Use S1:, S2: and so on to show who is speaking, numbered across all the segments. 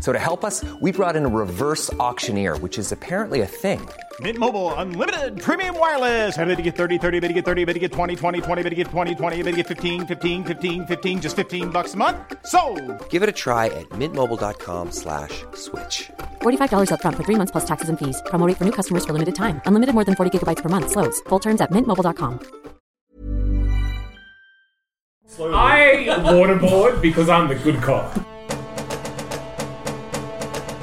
S1: So to help us, we brought in a reverse auctioneer, which is apparently a thing.
S2: Mint Mobile unlimited premium wireless. Ready to get 30, 30, bit to get 30, bit to get 20, 20, 20, bit to get 20, 20, bit to get 15, 15, 15, 15 just 15 bucks a month. So,
S1: Give it a try at mintmobile.com slash switch.
S3: $45 upfront for three months plus taxes and fees. Promo rate for new customers for limited time. Unlimited more than 40 gigabytes per month. Slows. Full terms at mintmobile.com.
S4: I waterboard because I'm the good cop.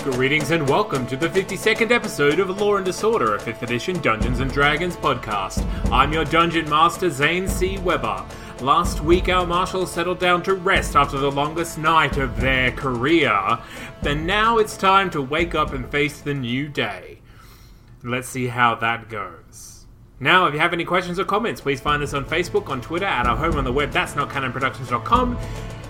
S4: Greetings and welcome to the 52nd episode of Law and Disorder, a 5th edition Dungeons and Dragons podcast. I'm your dungeon master, Zane C. Weber. Last week, our marshals settled down to rest after the longest night of their career, and now it's time to wake up and face the new day. Let's see how that goes. Now, if you have any questions or comments, please find us on Facebook, on Twitter, at our home on the web, that's not canonproductions.com.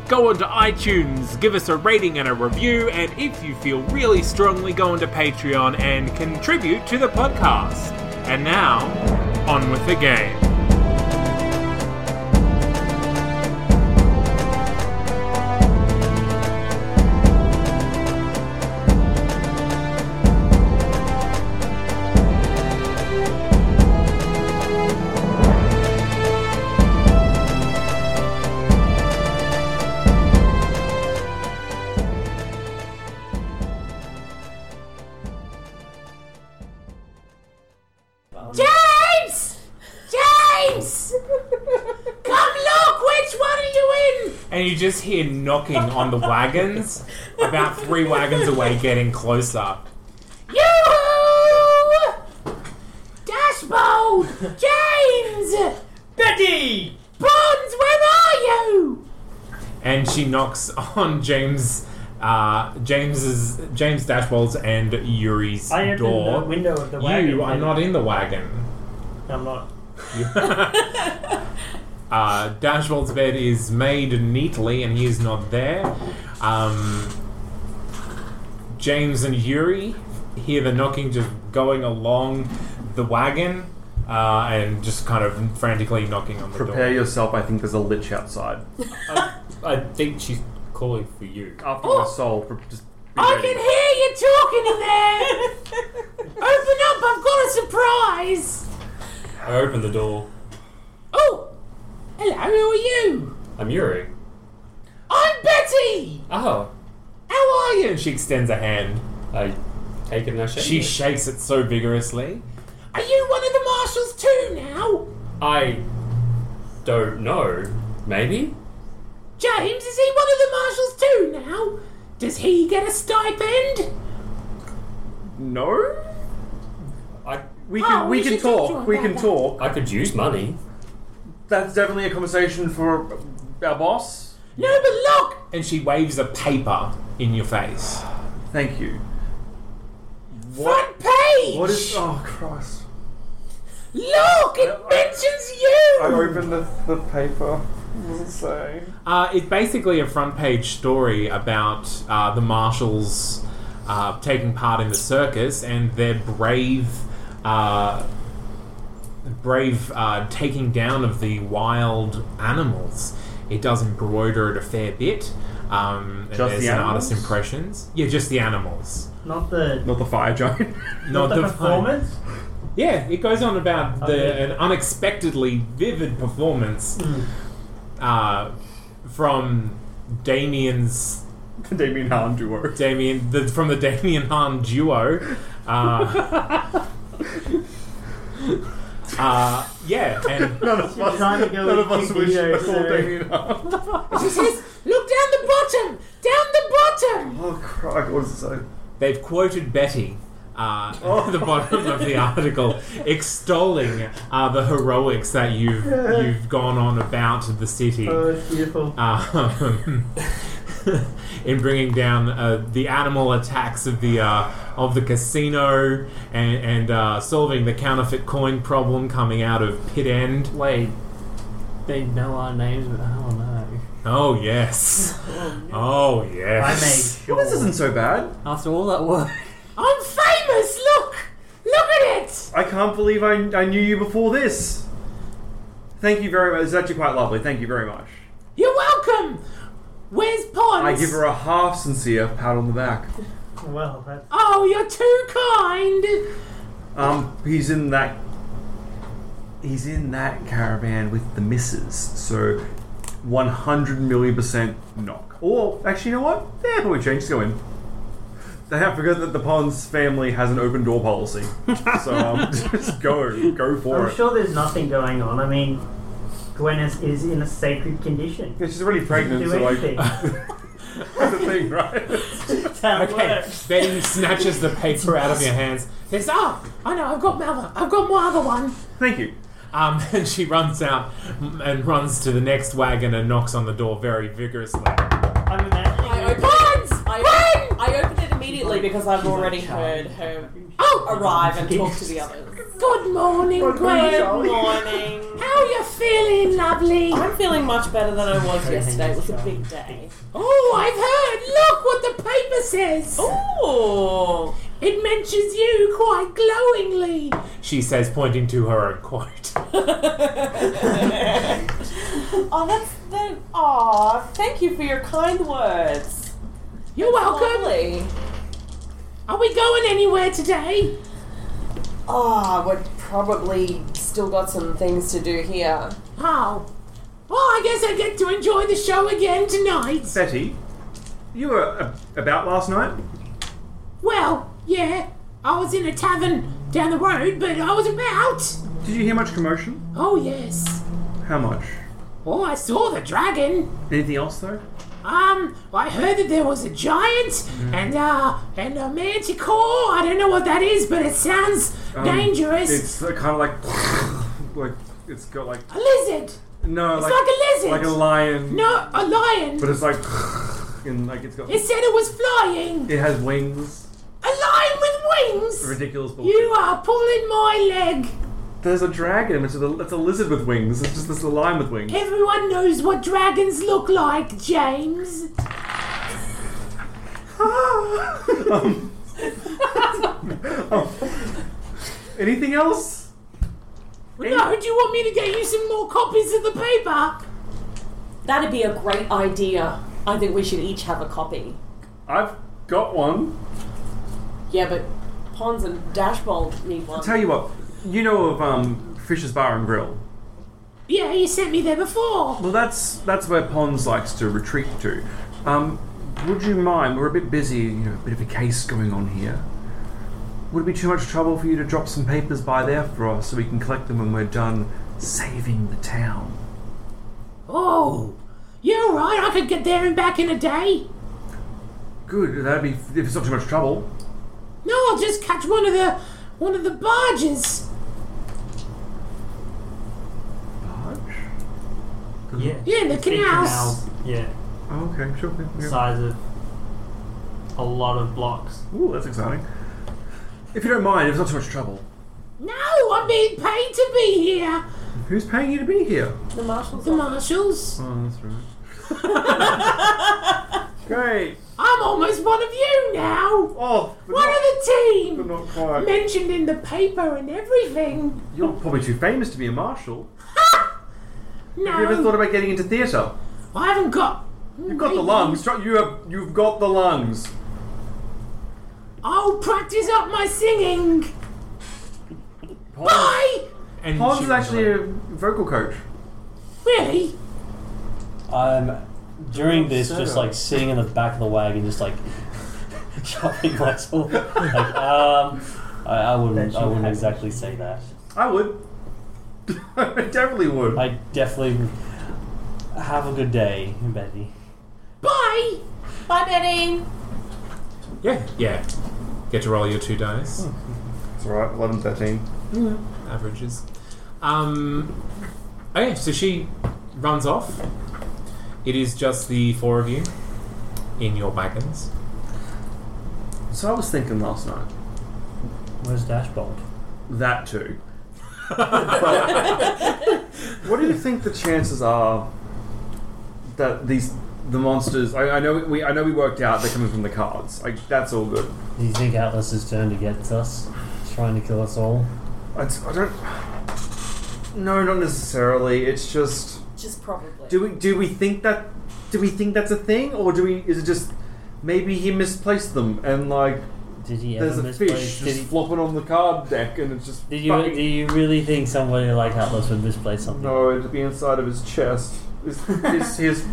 S4: Go onto iTunes, give us a rating and a review, and if you feel really strongly, go onto Patreon and contribute to the podcast. And now, on with the game.
S5: James! James! Come look, which one are you in?
S4: And you just hear knocking on the wagons, about three wagons away, getting closer.
S5: You! Dashbold! James! Betty! Bonds, where are you?
S4: and she knocks on James, uh, James's, James Dashwell's and Yuri's
S6: I opened
S4: door.
S6: the window of the wagon.
S4: You are not in the wagon.
S6: I'm not.
S4: Uh, Dashwell's bed is made neatly, and he is not there. Um, James and Yuri hear the knocking, just going along the wagon, uh, and just kind of frantically knocking on the
S7: Prepare
S4: door.
S7: yourself. I think there's a lich outside.
S4: I think she's calling for you.
S5: Oh!
S7: After my soul, pre- just be
S5: I
S7: ready.
S5: can hear you talking in there! Open up, I've got a surprise!
S8: I open the door.
S5: Oh! Hello, who are you?
S8: I'm Yuri.
S5: I'm Betty!
S8: Oh,
S4: How are you? And she extends a hand.
S8: I take it and I shake
S4: She
S8: it.
S4: shakes it so vigorously.
S5: Are you one of the marshals too now?
S8: I don't know. Maybe?
S5: James, is he one of the marshals too now? Does he get a stipend?
S4: No?
S8: I
S7: We can,
S5: Oh,
S7: we
S5: we
S7: can
S5: should talk
S7: talk.
S5: to her
S7: we
S5: about
S7: can
S5: that.
S7: talk.
S8: I could use money.
S7: That's definitely a conversation for our boss.
S5: No, but look!
S4: And she waves a paper in your face.
S7: Thank you.
S5: Front page!
S7: What is? Oh Christ!
S5: Look, it mentions
S7: I
S5: you!
S7: opened the, the paper. What does it say?
S4: Uh, it's basically a front page story about uh, the marshals uh, taking part in the circus and their brave, uh, brave uh, taking down of the wild animals. It does embroider it a fair bit. Um, and
S7: Just
S4: there's
S7: the
S4: an artist's
S7: animals?
S4: impressions. Yeah, just the animals.
S6: Not the.
S7: Not the fire giant.
S4: Not,
S6: the, performance.
S4: Yeah, it goes on about
S7: Oh,
S4: the
S6: Okay.
S4: an unexpectedly vivid performance
S7: Hmm.
S4: uh, from Damien's
S7: the Damien Hahn duo.
S4: Damien the, from the Damien Hahn duo. Uh, uh, yeah, and
S7: None of us.
S6: trying to go
S7: none
S6: with
S7: of us
S6: big
S7: wish
S6: video,
S7: to call
S6: so-
S7: Damien Hahn.
S5: It says, look down the bottom! Down the bottom!
S7: Oh Christ! What does it say?
S4: they've quoted Betty. Uh,
S7: Oh.
S4: at the bottom of the article, extolling uh, the heroics that
S7: Uh.
S4: you've you've gone on about the city.
S6: Oh, it's beautiful.
S4: Um, in bringing down uh, the animal attacks of the uh, of the casino and, and uh, solving the counterfeit coin problem coming out of Pit End.
S9: Wait, they know our names, but I don't know.
S4: Oh yes, oh
S9: I
S4: yes.
S9: made
S7: Well, this isn't so bad.
S9: after all that work.
S3: I'm famous. Look, look at it.
S7: I can't believe I, I knew you before this. Thank you very much. It's actually quite lovely. Thank you very much.
S3: You're welcome. Where's Pons?
S7: I give her a half sincere pat on the back.
S6: Well, that's
S3: Oh, you're too kind.
S7: Um, he's in that. He's in that caravan with the missus. So, one hundred million percent knock. Or actually, you know what? Yeah, probably change. Just go in. They have forgotten that the Pons family has an open door policy. So um, just go, go for
S6: I'm
S7: it.
S6: sure there's nothing going on. I mean, Gwen is, is in a sacred condition.
S7: Yeah, she's already pregnant,
S6: Do
S7: so like
S6: anything.
S7: that's the thing, right?
S6: That's how it
S4: Okay,
S6: works.
S4: Betty snatches the paper out of your hands. There's ah, I know. I've got my other. I've got my other one.
S7: Thank you.
S4: Um, and she runs out and runs to the next wagon and knocks on the door very vigorously.
S6: I'm imagining.
S10: I open
S3: Pons.
S10: it. I,
S3: Gwen.
S10: I open it immediately because I've already heard her arrive and talk to the others.
S3: Good morning, Gwen.
S10: Good morning.
S3: How you feeling, lovely?
S7: Oh.
S10: I'm feeling much better than I was yesterday. It was a big day.
S3: Oh, I've heard. Look what the paper says.
S10: Oh,
S3: It mentions you quite glowingly.
S4: She says, pointing to her own quote.
S10: oh, that's the. Oh, thank you for your kind words.
S3: You're welcome.
S10: Lovely.
S3: Are we going anywhere today?
S10: Oh, we've probably still got some things to do here.
S3: Oh. Well, I guess I get to enjoy the show again tonight.
S7: Betty, you were a- about last night.
S3: Well, yeah, I was in a tavern down the road, but I was about.
S7: Did you hear much commotion?
S3: Oh, yes.
S7: How much?
S3: Oh, I saw the dragon.
S7: Anything else though?
S3: Um, I heard that there was a giant
S4: Mm-hmm.
S3: and uh and a manticore. I don't know what that is, but it sounds
S4: Um,
S3: dangerous.
S7: It's kind of like, like it's got like
S3: a lizard.
S7: no,
S3: It's like a lizard.
S7: like a lion.
S3: No, a lion.
S7: but it's like and like it's got
S3: It said it was flying.
S7: it has wings.
S3: A lion with wings.
S7: Ridiculous bullshit.
S3: You are pulling my leg.
S7: There's a dragon. It's a, it's a lizard with wings. It's just this lion with wings.
S3: Everyone knows what dragons look like, James.
S7: Um, Anything else?
S3: No, do you want me to get you some more copies of the paper?
S10: That'd be a great idea. I think we should each have a copy.
S7: I've got one.
S10: Yeah, but Pons and Dashbold need one.
S7: Tell you what, you know of um, Fisher's Bar and Grill.
S3: Yeah, you sent me there before.
S7: Well, that's that's where Pons likes to retreat to. Um, would you mind? We're a bit busy, you know, a bit of a case going on here. Would it be too much trouble for you to drop some papers by there for us so we can collect them when we're done saving the town?
S3: Oh, you're right. I could get there and back in a day.
S7: Good. That'd be if it's not too much trouble.
S3: No, I'll just catch one of the one of the barges.
S7: Barge?
S6: Yeah.
S3: Yeah, in the
S6: Big
S3: canals.
S6: canals. Yeah.
S7: Oh, okay, sure. yeah, yeah.
S6: Size of a lot of blocks.
S7: Ooh, that's exciting. If you don't mind, if it's not too much trouble.
S3: No, I'm being paid to be here.
S7: Who's paying you to be here?
S10: the Marshals.
S3: The marshals.
S7: Oh, that's right. Great.
S3: I'm almost one of you now.
S7: Oh, but
S3: One of
S7: not,
S3: the
S7: but
S3: team.
S7: not quite.
S3: Mentioned in the paper and everything.
S7: You're probably too famous to be a marshal. Have you ever
S3: No,
S7: thought about getting into theatre?
S3: I haven't got.
S7: You've got the lungs. Try- You have. You've got the lungs.
S3: I'll practice up my singing. Bye.
S4: And
S7: Pons
S4: she
S7: is
S4: runs
S7: actually
S4: away.
S7: a vocal coach.
S3: Really?
S9: I'm during this just like sitting in the back of the wagon, just like chopping myself. like, um, I, I wouldn't,
S6: That
S9: I
S6: you
S9: wouldn't
S6: have.
S9: exactly say that.
S7: I would. I definitely would.
S9: I definitely have a good day, Betty.
S3: Bye.
S10: Bye, Betty.
S4: Yeah, yeah. Get to roll your two dice.
S7: Hmm. That's right. Eleven, thirteen.
S4: averages. Um, okay, so she runs off. It is just the four of you. in your wagons.
S7: So I was thinking last night.
S11: Where's Dashbolt?
S7: That too. but what do you think the chances are that these the monsters? I, I know we I know we worked out they're coming from the cards. Like that's all good.
S11: Do you think Atlas is turned against us, trying to kill us all?
S7: I, I don't. No, not necessarily. It's just.
S12: Just probably.
S7: Do we do we think that do we think that's a thing, or do we? Is it just maybe he misplaced them and like?
S11: Did he
S7: There's
S11: ever
S7: a
S11: misplace-
S7: fish
S11: did
S7: just
S11: he-
S7: flopping on the card deck, and it's just.
S11: Do you
S7: fucking-
S11: do you really think somebody like Atlas would misplace something?
S7: No, it'd be inside of his chest. His, his, his,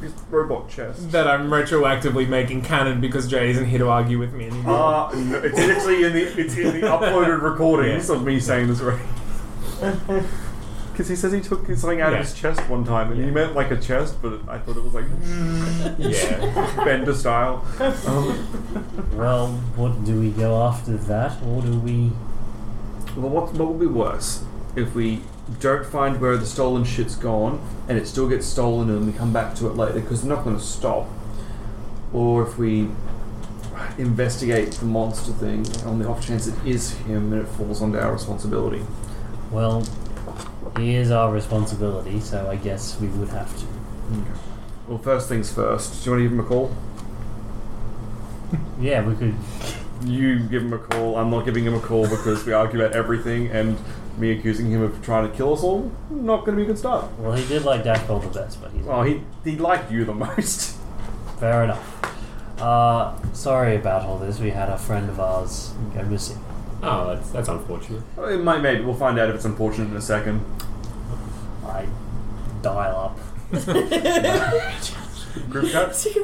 S7: his robot chest.
S4: That I'm retroactively making canon because Jay isn't here to argue with me anymore.
S7: Ah, no, it's actually in the it's in the uploaded recordings of me saying this right. Because he says he took something out
S4: Yeah.
S7: of his chest one time, and he meant like a chest, but I thought it was like
S4: Yeah.
S7: Bender style. Um,
S11: Well, what do we go after that, or do we?
S7: Well, what, what would be worse if we don't find where the stolen shit's gone and it still gets stolen and we come back to it later because they're not going to stop? Or if we investigate the monster thing on the off chance it is him and it falls onto our responsibility?
S11: Well, it is our responsibility, so I guess we would have to.
S7: Well, first things first, do you want to give him a call?
S11: Yeah, we could.
S7: You give him a call. I'm not giving him a call because we argue about everything, and me accusing him of trying to kill us all, not going to be a good start.
S11: Well, he did like Dashbolt the best, but he's.
S7: Well, he, he liked you the most.
S11: Fair enough. Uh, sorry about all this. We had a friend of ours go missing.
S8: Oh, that's, that's unfortunate.
S7: Well, It might, maybe we'll find out if it's unfortunate in a second.
S11: I dial up.
S7: Group chat.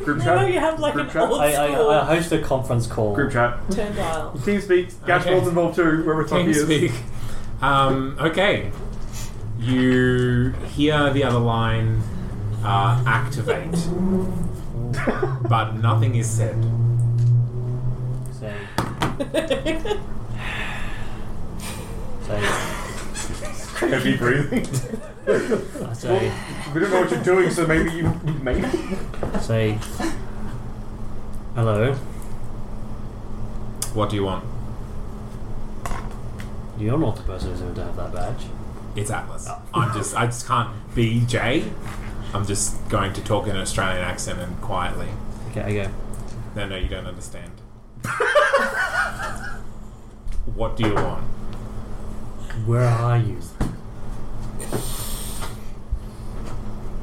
S7: Group
S11: Now
S7: chat.
S11: you have, like,
S7: Group
S11: an
S7: chat.
S11: old I- I- school- I host a conference call.
S7: Group chat.
S12: Turn dial.
S7: Team speak. Gash
S4: Okay.
S7: involved too. Wherever Tucky
S4: King
S7: is.
S4: speak. Um, okay. You hear the other line uh, activate, but nothing is said.
S11: So. so.
S7: Heavy breathing.
S11: I say.
S7: we don't know what you're doing, so maybe you maybe.
S11: Say. Hello.
S4: What do you want?
S11: You're not the person who's going to have that badge.
S4: It's Atlas. I'm just. I just can't be Jay. I'm just going to talk in an Australian accent and quietly.
S11: Okay, I go.
S4: No, no, you don't understand. what do you want?
S11: Where are you?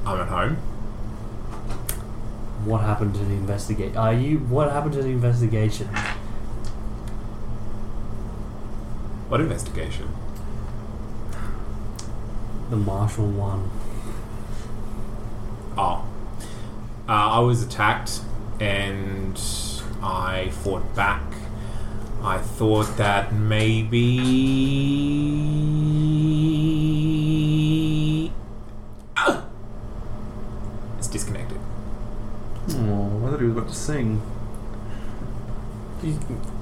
S4: I'm at home.
S11: What happened to the investigate? Are you? What happened to the investigation?
S4: What investigation?
S11: The marshal one.
S4: Oh. Uh, I was attacked and I fought back. I thought that maybe. Ah! It's disconnected.
S7: Oh, I thought he was about to sing.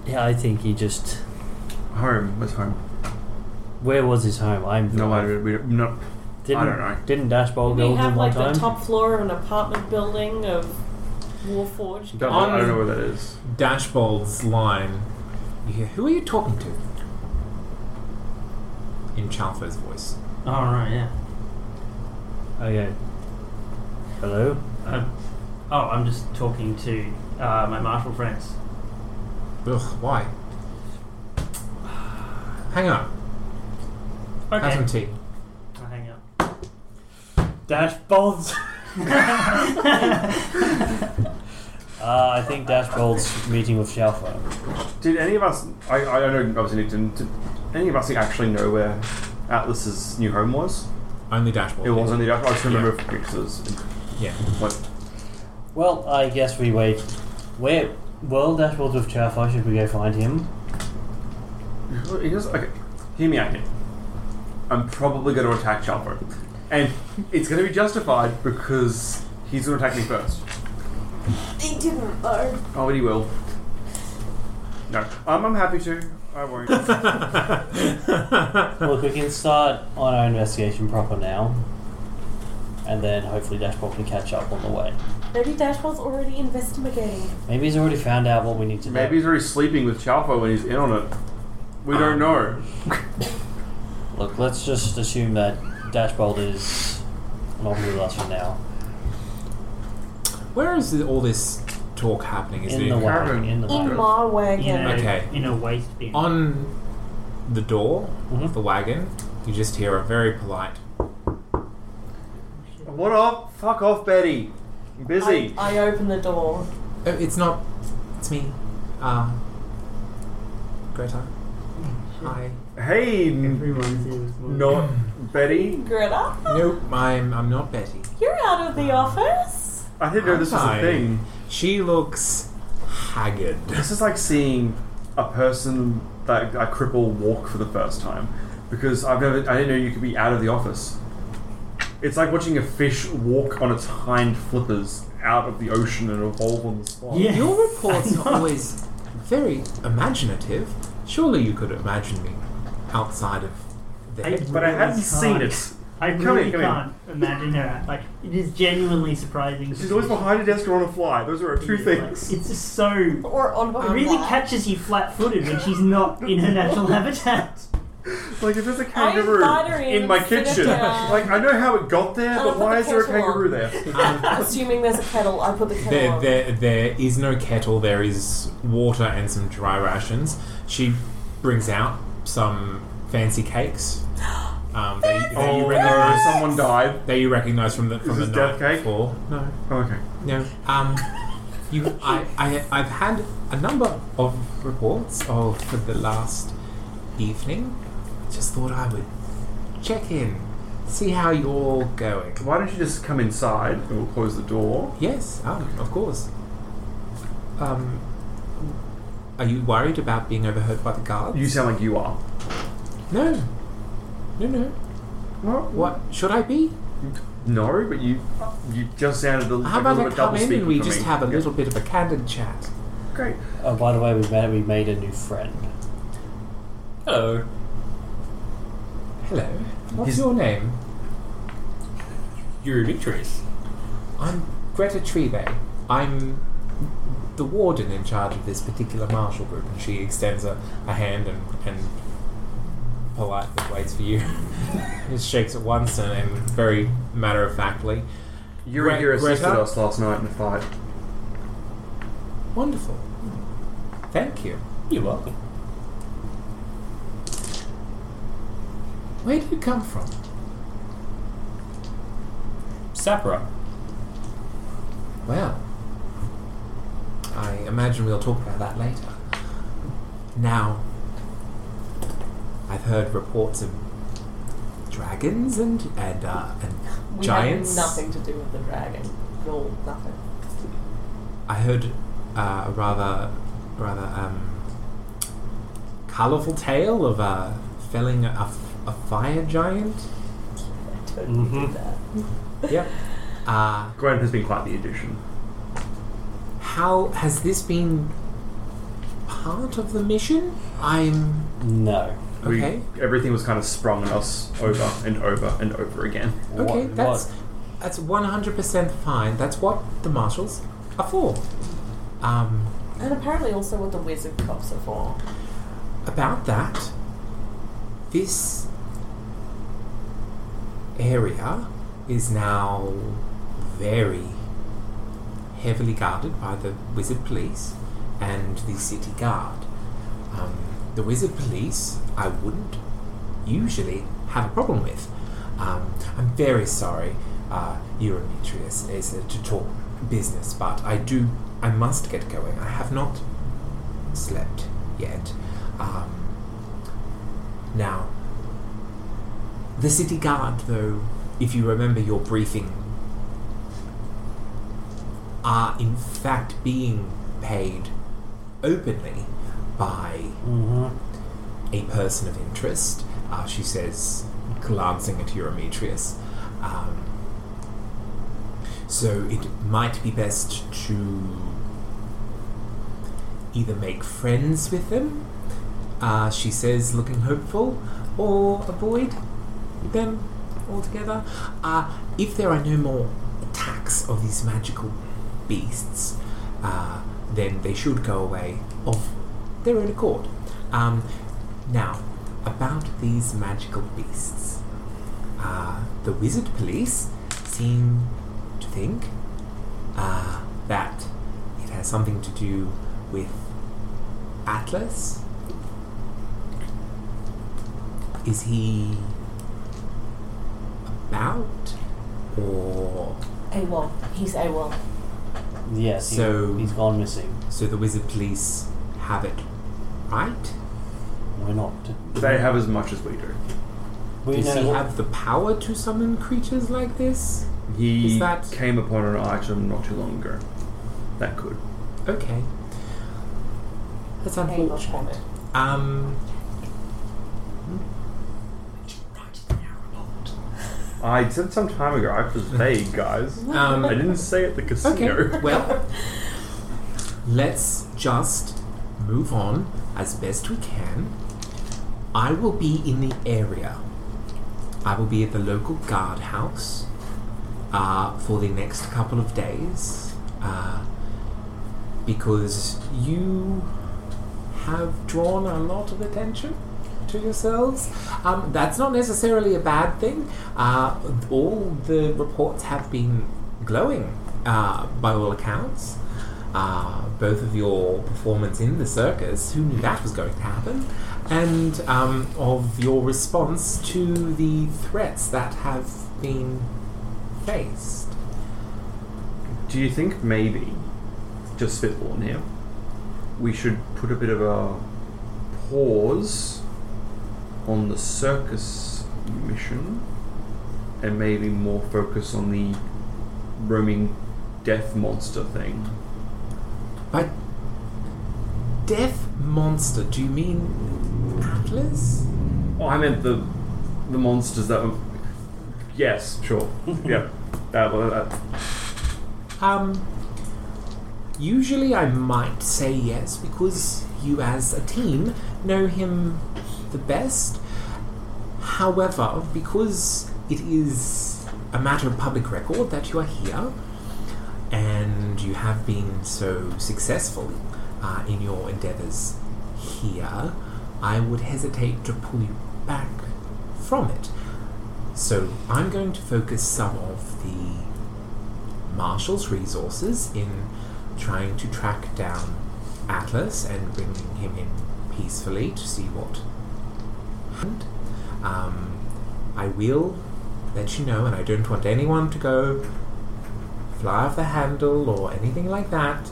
S11: Yeah, I think he just.
S7: Home. Where's home?
S11: Where was his home? I'm.
S7: No, I don't. We don't no,
S11: Didn't,
S7: I don't know.
S11: Didn't Dashbolt
S12: We
S11: go with
S12: have
S11: him one
S12: like the
S11: time?
S12: top floor of an apartment building of Warforged.
S7: Don't, I don't know where that is.
S4: Dashbold's line. You hear, who are you talking to? In Chalfo's voice.
S6: All Oh, right, yeah. Oh,
S11: Okay. Hello.
S6: Um, oh, I'm just talking to uh, my martial friends.
S4: Ugh, why? Hang on.
S6: Okay.
S4: Have some tea.
S6: I'll hang up.
S11: Dashbolt. uh, I think Dashbolt's meeting with Shalfa.
S7: Did any of us? I, I don't know. Obviously, didn't. Did any of us actually know where Atlas's new home was?
S4: Only Dashbold.
S7: It was only. I just remember pictures.
S4: Yeah.
S7: What?
S11: Well, I guess we wait. Where? Well, Dashbolt with Shalfa. Should we go find him?
S7: He just okay. Hear me out here. I'm probably going to attack Chalpo, and it's going to be justified because he's going to attack me first.
S12: They didn't though.
S7: Oh, but he will. No, um, I'm happy to. I won't.
S11: Look, we can start on our investigation proper now, and then hopefully Dashbolt can catch up on the way.
S12: Maybe Dashwell's already investigating.
S11: Maybe he's already found out what we need to do.
S7: Maybe he's already sleeping with Chalfo and he's in on it. We don't know.
S11: Um, Look, let's just assume that Dashbolt is not with us for now.
S4: Where is all this talk happening? Is
S11: In
S4: it
S11: the wagon,
S4: cavern?
S11: in the
S12: In my wagon.
S4: okay.
S6: In a waste bin.
S4: On the door of the wagon, you just hear a very polite.
S7: What up? Fuck off, Betty. I'm busy.
S12: I open the door.
S4: "Oh, it's not. It's me. Uh, Greta. Hi.
S7: Hey.
S6: Everyone's in.
S7: Not Betty.
S12: Greta,
S4: Nope. I'm. I'm not Betty.
S12: you're out of the office.
S7: I didn't know this was a
S4: Hi.
S7: thing.
S4: She looks haggard.
S7: This is like seeing a person that a cripple walk for the first time because I've never I didn't know you could be out of the office. It's like watching a fish walk on its hind flippers out of the ocean and evolve on the spot.
S6: Yeah.
S4: Your reports are always very imaginative. Surely you could imagine me outside of there.
S6: I
S7: But I
S6: really
S7: hadn't seen
S6: can't.
S7: it.
S6: I
S7: Come
S6: really
S7: here, come
S6: can't imagine her. Like, it is genuinely surprising.
S7: She's always behind a desk or on a fly. Those are our two things.
S6: It's just so. It
S12: Or on my
S6: really
S12: lap.
S6: catches you flat footed when she's not in her natural habitat.
S7: Like if there's a
S12: I
S7: kangaroo
S12: invite her in,
S7: in my
S12: sit her
S7: kitchen,
S12: down.
S7: like I know how it got there,
S12: I'll
S7: but
S12: put
S7: why
S12: the
S7: is there a
S12: kettle on.
S7: kangaroo there?
S12: Assuming there's a kettle, I put the kettle
S4: There,
S12: on.
S4: there, there is no kettle. There is water and some dry rations. She brings out some fancy cakes um, that, you,
S7: Oh,
S4: that, you
S7: no,
S4: recognize,
S7: someone died.
S4: that you recognize from the from
S7: this
S4: the
S7: death
S4: night
S7: cake?
S4: before. No,
S7: Oh, okay.
S4: no. Um, you, I, I, I've had a number of reports of for the last evening. Just thought I would check in, see how you're going.
S7: Why don't you just come inside and we'll close the door?
S4: Yes, um, of course. Um, are you worried about being overheard by the guards?
S7: You sound like you are.
S4: no, no, no.
S7: What?
S4: What should I be?
S7: No, but you you just sounded a little,
S4: How
S7: like a
S4: about
S7: little
S4: I
S7: bit
S4: come
S7: double
S4: in
S7: speaking
S4: and we
S7: for
S4: just
S7: me.
S4: have a
S7: Yeah.
S4: little bit of a candid chat?
S7: Great.
S11: Oh, by the way, we made, we made a new friend.
S8: Hello.
S4: Hello. What's
S7: His-
S4: your name?
S8: Yuri Victories.
S4: I'm Greta Trebe. I'm the warden in charge of this particular martial group, and she extends a, a hand and, and politely waits for you. just shakes it once and, and very matter of factly.
S7: You were
S4: Gre-
S7: here assisted
S4: Greta?
S7: us last night in the fight.
S4: Wonderful. Thank you.
S8: You're welcome.
S4: Where do you come from?
S8: Sapra.
S4: Well, I imagine we'll talk about that later. Now, I've heard reports of dragons and and uh, and
S12: we
S4: giants.
S12: have nothing to do with the dragon. No, nothing.
S4: I heard uh, a rather rather um, colourful tale of uh, felling a, f- a fire giant.
S12: I don't do that.
S4: Yep. Uh,
S7: Gwen has been quite the addition.
S4: How has this been part of the mission? I'm
S11: No.
S4: Okay.
S7: We, everything was kind of sprung on us over and over and over again.
S4: okay.
S11: What-
S4: that's
S11: what-
S4: that's one hundred percent fine. That's what the marshals are for. Um,
S12: And apparently also what the wizard cops are for.
S4: about that, this area is now very heavily guarded by the wizard police and the city guard. Um, the wizard police, I wouldn't usually have a problem with. Um, I'm very sorry, uh, Eurometrius, is uh, to talk business, but I do, I must get going. I have not slept yet. Um, now, the city guard, though, if you remember your briefing, are in fact being paid openly by a person of interest, uh, she says, glancing at Eurometrius. Um, so it might be best to either make friends with them, uh, she says, looking hopeful, or avoid them altogether. Uh, if there are no more attacks of these magical beasts, uh, then they should go away of their own accord. Um, now, about these magical beasts, uh, the wizard police seem to think uh, that it has something to do with Atlas. Is he about or
S12: AWOL. He's AWOL.
S11: Yes. he-
S4: so
S11: he's gone missing.
S4: So the wizard police have it, right?
S11: We're not.
S7: They have as much as we do.
S11: We
S4: Does he
S11: know-
S4: have the power to summon creatures like this?
S7: He
S4: Is that-
S7: came upon an item not too long ago. That could.
S4: Okay. That's unfortunate. Um.
S7: I said some time ago. I was vague, guys.
S4: Um,
S7: I didn't say at the casino.
S4: Okay. Well, let's just move on as best we can. I will be in the area. I will be at the local guardhouse uh, for the next couple of days uh, because you have drawn a lot of attention to yourselves. Um, that's not necessarily a bad thing. Uh, all the reports have been glowing, uh, by all accounts. Uh, both of your performance in the circus, who knew that was going to happen, and um, of your response to the threats that have been faced.
S7: Do you think maybe, just spitballing here, we should put a bit of a pause on the circus mission and maybe more focus on the roaming death monster thing?
S4: By death monster, do you mean Atlas?
S7: Oh, I meant the the monsters that were. Yes, sure. yeah. That, well, uh, that,
S4: Um, usually I might say yes because you, as a team, know him the best. However, because it is a matter of public record that you are here and you have been so successful uh, in your endeavors here, I would hesitate to pull you back from it. So I'm going to focus some of the Marshall's resources in trying to track down Atlas and bringing him in peacefully to see what happened. Um, I will let you know, and I don't want anyone to go fly off the handle or anything like that.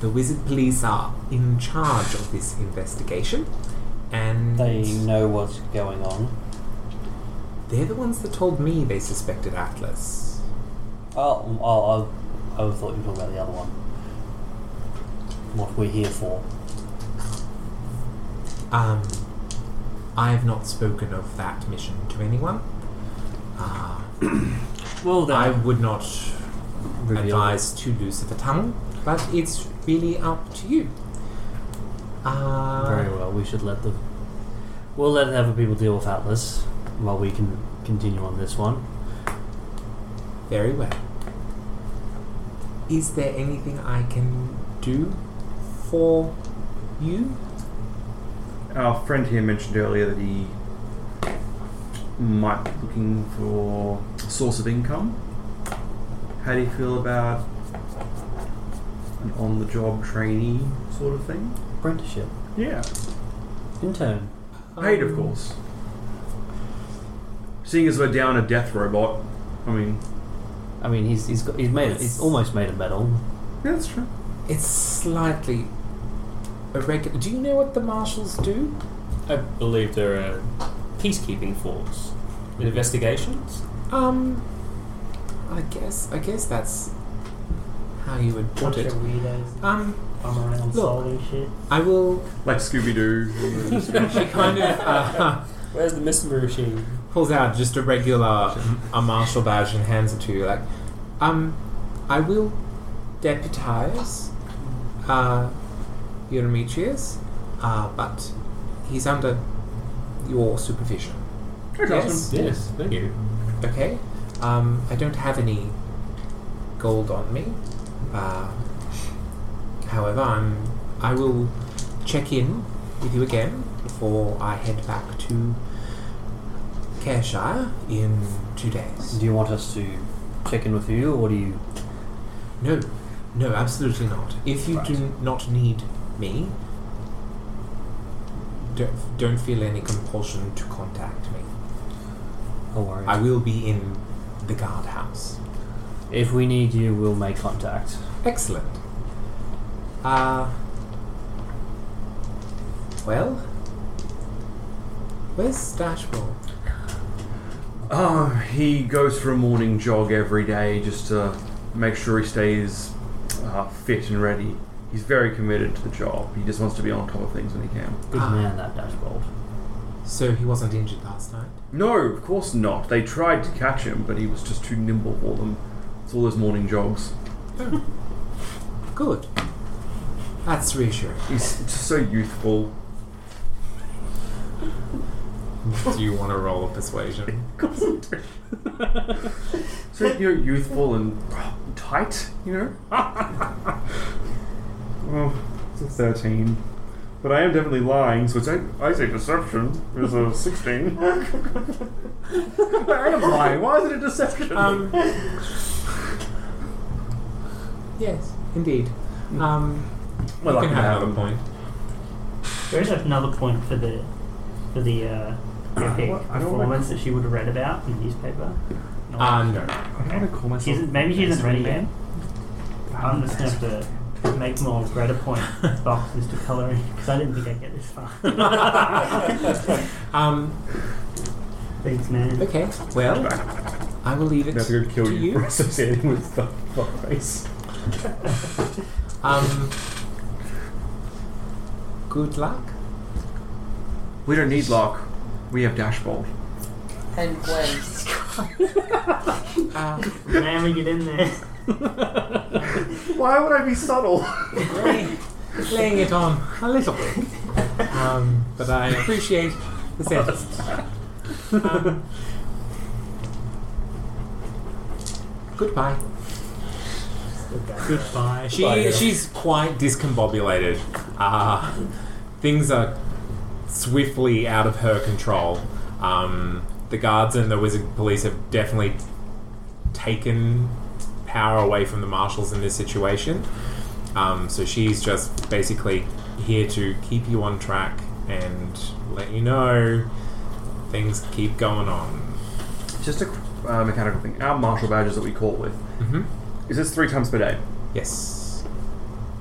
S4: The wizard police are in charge of this investigation, and
S11: They know what's going on.
S4: They're the ones that told me they suspected Atlas.
S11: Oh, oh, oh, I thought you were talking about the other one. What we're here for.
S4: Um, I have not spoken of that mission to anyone. Uh,
S11: well,
S4: I would not advise too loose of the tongue, but it's really up to you. Uh,
S11: Very well. We should let them. We'll let the other people deal with Atlas while we can continue on this one.
S4: Very well. Is there anything I can do for you?
S7: Our friend here mentioned earlier that he might be looking for a source of income. How do you feel about an on the job trainee sort of thing?
S11: Apprenticeship.
S7: Yeah.
S11: Intern.
S7: Paid, of course. Seeing as we're down a death robot, I mean.
S11: I mean, he's, he's, got, he's made it. He's almost made a medal.
S7: Yeah, that's true.
S4: It's slightly irregular. Do you know what the marshals do?
S8: I believe they're a peacekeeping force with investigations.
S4: Um, I guess I guess that's how you would put
S6: Bunch
S4: it.
S6: of weirdos.
S4: Um,
S6: I'm around solving shit.
S4: I will.
S7: Like Scooby Doo.
S4: She kind of uh,
S8: Where's the mystery machine?
S4: pulls out just a regular a martial badge and hands it to you. Like, um, I will deputize uh, Eurymetius, uh, but he's under your supervision. Yes.
S8: Yes, thank you.
S4: Okay. Um, I don't have any gold on me. Uh, however, I'm, I will check in with you again before I head back to Careshire in two days.
S11: Do you want us to check in with you, or do you?
S4: No, no, absolutely not. If you do not need me, don't, don't feel any compulsion to contact me. I will be in the guardhouse.
S11: If we need you, we'll make contact.
S4: Excellent. Uh, well, where's Stashmore?
S7: Oh, he goes for a morning jog every day just to make sure he stays uh, fit and ready. He's very committed to the job. He just wants to be on top of things when he can.
S4: Good Ah. man,
S11: that dashboard.
S4: So he wasn't injured last night?
S7: No, of course not. They tried to catch him, but he was just too nimble for them. It's all those morning jogs.
S4: Good. That's reassuring.
S7: He's just so youthful.
S4: do you want to roll a persuasion?
S7: So, you know, youthful and tight, you know? well, it's a 13. But I am definitely lying, so it's, a- I say deception is a 16. I am lying. Why is it a deception?
S4: Um, yes, indeed. Um,
S7: Well,
S4: you
S7: I
S4: can
S7: can
S4: have
S7: have
S4: another
S7: a
S4: point.
S6: There is another point for the for the uh, epic
S7: What? I don't
S6: performance that she would have read about in the newspaper. No.
S4: Uh,
S7: Um,
S4: no.
S7: I don't want to call
S6: She's,
S7: myself.
S6: maybe she's a ready man. I'm
S7: the
S6: just going to have to make more greater point boxes to colouring because I didn't think I'd get this far.
S4: Um,
S6: Thanks, man.
S4: okay, well, I will leave it
S7: Now they're
S4: to
S7: going to kill
S4: you.
S7: you for associating with the fuckface.
S4: Um, good luck.
S7: We don't need lock. We have dashboard.
S12: And Gwen.
S4: Uh,
S6: Man, we get in there.
S7: Why would I be subtle?
S4: lay- laying it on a little bit. Um, but I appreciate the sentiments. Um, goodbye. Goodbye. She,
S8: Goodbye, yeah.
S4: she's quite discombobulated. Uh, things are swiftly out of her control. Um, the guards and the wizard police have definitely taken power away from the marshals in this situation. Um, so she's just basically here to keep you on track and let you know things keep going on.
S7: Just a uh, mechanical thing. Our martial badges that we call with
S4: Mhm.
S7: is this three times per day.
S4: Yes.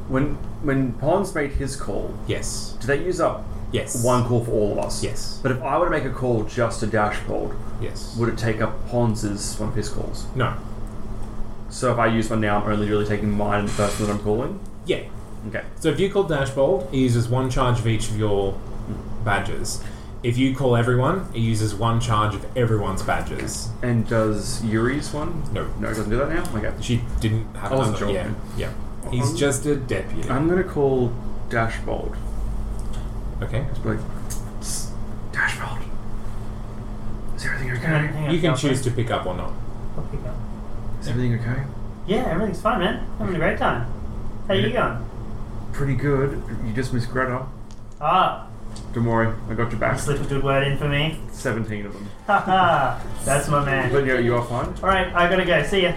S7: When when Pons made his call,
S4: Yes.
S7: did they use up
S4: Yes.
S7: one call for all of us?
S4: Yes.
S7: But if I were to make a call just to dashboard,
S4: Yes.
S7: would it take up Pons's one of his calls?
S4: No.
S7: So if I use one now, I'm only really taking mine and the person that I'm calling.
S4: Yeah.
S7: Okay.
S4: So if you call Dashbold, it uses one charge of each of your badges. If you call everyone, it uses one charge of everyone's badges.
S7: And does Yuri's one?
S4: No.
S7: No, it doesn't do that now? Okay.
S4: She didn't have
S7: I wasn't
S4: another- Yeah.
S7: joking.
S4: Yeah. He's just a deputy.
S7: I'm gonna call Dashbold.
S4: Okay.
S7: Just be like, "Tss, Dashbold. Is everything
S6: Hang on,
S7: okay?
S6: hang on,
S4: You can
S6: I'll
S4: choose to pick up or not.
S6: I'll pick up.
S7: Is everything okay?
S6: Yeah, everything's fine, man. Having a great time. How you going?
S7: Pretty good. You just missed Greta.
S6: Ah,
S7: Don't worry, I got your back.
S6: slip a good word in for me.
S7: 17 of them.
S6: Haha, that's my man.
S7: But yeah, you are fine.
S6: All right, I gotta go. See ya.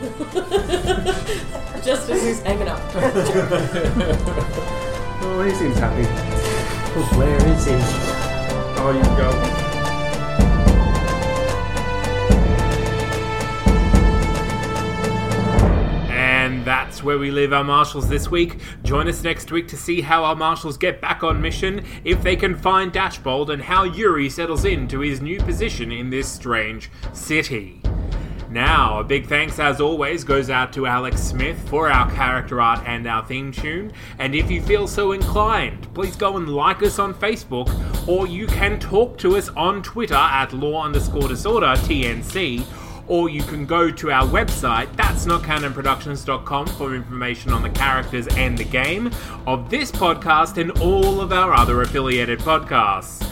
S12: Just as he's hanging up.
S7: Oh, he seems happy.
S11: Where is it?
S7: Oh, you can go.
S13: And that's where we leave our marshals this week. Join us next week to see how our marshals get back on mission, if they can find Dashbold, and how Yuri settles into his new position in this strange city. Now, a big thanks as always goes out to Alex Smith for our character art and our theme tune. And if you feel so inclined, please go and like us on Facebook, or you can talk to us on Twitter at law underscore disorder TNC, or you can go to our website, that's notcanonproductions.com, for information on the characters and the game of this podcast and all of our other affiliated podcasts.